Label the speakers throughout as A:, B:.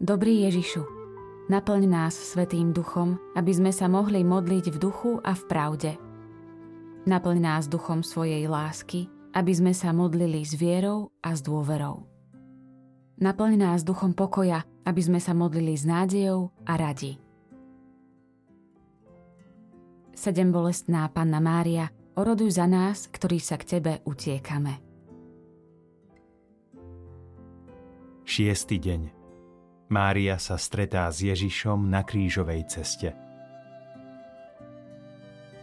A: Dobrý Ježišu, naplň nás Svetým Duchom, aby sme sa mohli modliť v duchu a v pravde. Naplň nás duchom svojej lásky, aby sme sa modlili s vierou a s dôverou. Naplň nás duchom pokoja, aby sme sa modlili s nádejou a radi. Sedem bolestná Panna Mária, oroduj za nás, ktorí sa k Tebe utiekame.
B: 6. deň Mária sa stretá s Ježišom na krížovej ceste.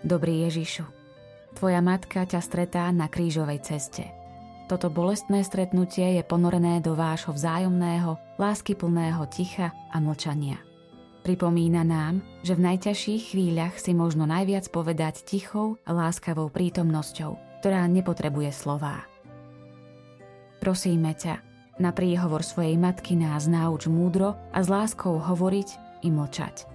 A: Dobrý Ježišu, Tvoja matka ťa stretá na krížovej ceste. Toto bolestné stretnutie je ponorené do vášho vzájomného, láskyplného ticha a mlčania. Pripomína nám, že v najťažších chvíľach si možno najviac povedať tichou a láskavou prítomnosťou, ktorá nepotrebuje slová. Prosíme ťa, na príhovor svojej matky nás nauč múdro a s láskou hovoriť i mlčať.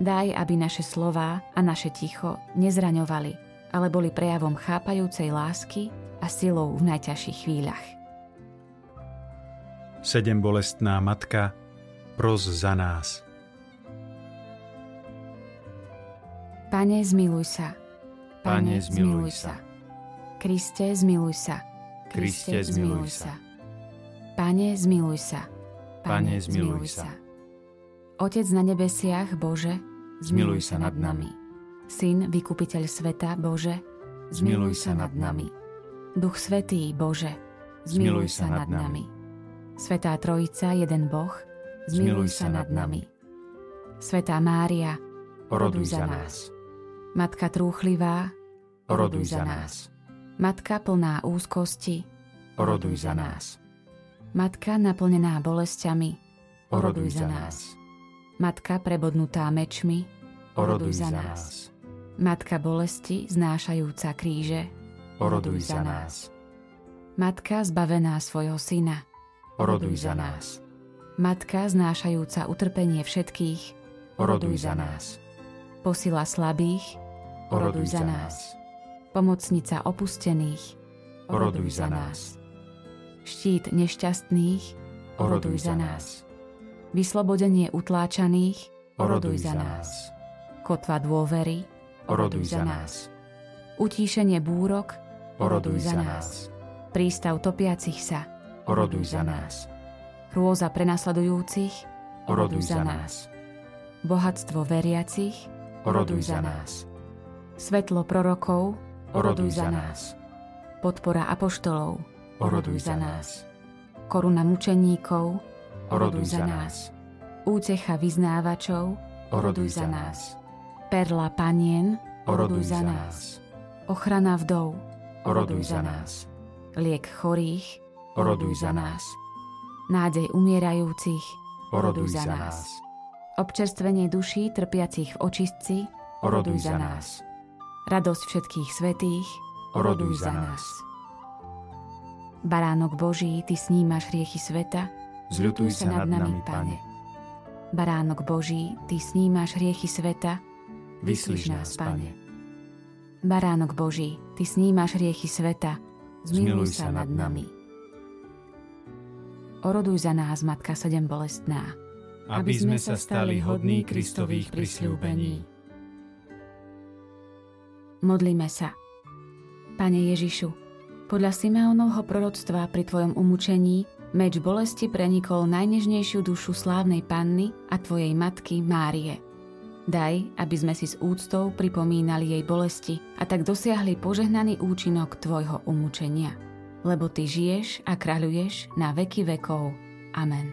A: Daj, aby naše slová a naše ticho nezraňovali, ale boli prejavom chápajúcej lásky a silou v najťažších chvíľach.
B: Sedem bolestná matka, pros za nás.
A: Pane, zmiluj sa.
C: Pane, zmiluj sa.
A: Kriste, zmiluj sa.
C: Kriste, zmiluj sa.
A: Pane, zmiluj sa.
C: Pane, zmiluj sa.
A: Otec na nebesiach, Bože,
C: Zmiluj sa nad nami.
A: Syn, vykupiteľ sveta, Bože,
C: Zmiluj sa nad nami.
A: Duch Svetý, Bože,
C: Zmiluj sa nad nami.
A: Svetá Trojica, jeden Boh,
C: Zmiluj sa nad nami.
A: Svetá Mária,
C: Oroduj za nás.
A: Matka trúchlivá,
C: Oroduj za nás.
A: Matka plná úzkosti,
C: Oroduj za nás.
A: Matka naplnená bolestiami,
C: Oroduj za nás.
A: Matka prebodnutá mečmi,
C: Oroduj za nás.
A: Matka bolesti znášajúca kríže,
C: Oroduj za nás.
A: Matka zbavená svojho syna,
C: Oroduj za nás.
A: Matka znášajúca utrpenie všetkých,
C: Oroduj za nás.
A: posila slabých,
C: Oroduj za nás.
A: pomocnica opustených,
C: Oroduj za nás.
A: štít nešťastných,
C: Oroduj za nás.
A: vyslobodenie utláčaných,
C: Oroduj za nás.
A: kotva dôvery,
C: Oroduj za nás.
A: utíšenie búrok,
C: Oroduj za nás.
A: prístav topiacich sa,
C: Oroduj za nás.
A: hrôza prenasledujúcich,
C: Oroduj za nás.
A: bohatstvo veriacich,
C: Oroduj za nás.
A: svetlo prorokov,
C: Oroduj za nás.
A: podpora apoštolov,
C: Oroduj za nás.
A: koruna mučeníkov,
C: Oroduj za nás.
A: útecha vyznávačov,
C: Oroduj za nás.
A: perla panien,
C: Oroduj za nás.
A: ochrana vdov,
C: Oroduj za nás.
A: liek chorých,
C: Oroduj za nás.
A: nádej umierajúcich,
C: Oroduj za nás.
A: občerstvenie duší trpiacich v očistci,
C: Oroduj za nás.
A: radosť všetkých svetých,
C: Oroduj za nás.
A: Baránok Boží, Ty snímaš riechy sveta,
C: Zľutuj sa nad nami, Pane.
A: Baránok Boží, Ty snímaš riechy sveta,
C: Vyslíš nás, Pane.
A: Baránok Boží, Ty snímaš riechy sveta, zmiluj sa nad nami. Oroduj za nás, Matka sedem bolestná.
B: Aby sme sa stali hodní Kristových prisľúbení.
A: Modlíme sa. Pane Ježišu, podľa Simeonovho proroctva pri Tvojom umúčení meč bolesti prenikol najnežnejšiu dušu slávnej panny a Tvojej matky Márie. Daj, aby sme si s úctou pripomínali jej bolesti a tak dosiahli požehnaný účinok Tvojho umúčenia. Lebo Ty žiješ a kráľuješ na veky vekov. Amen.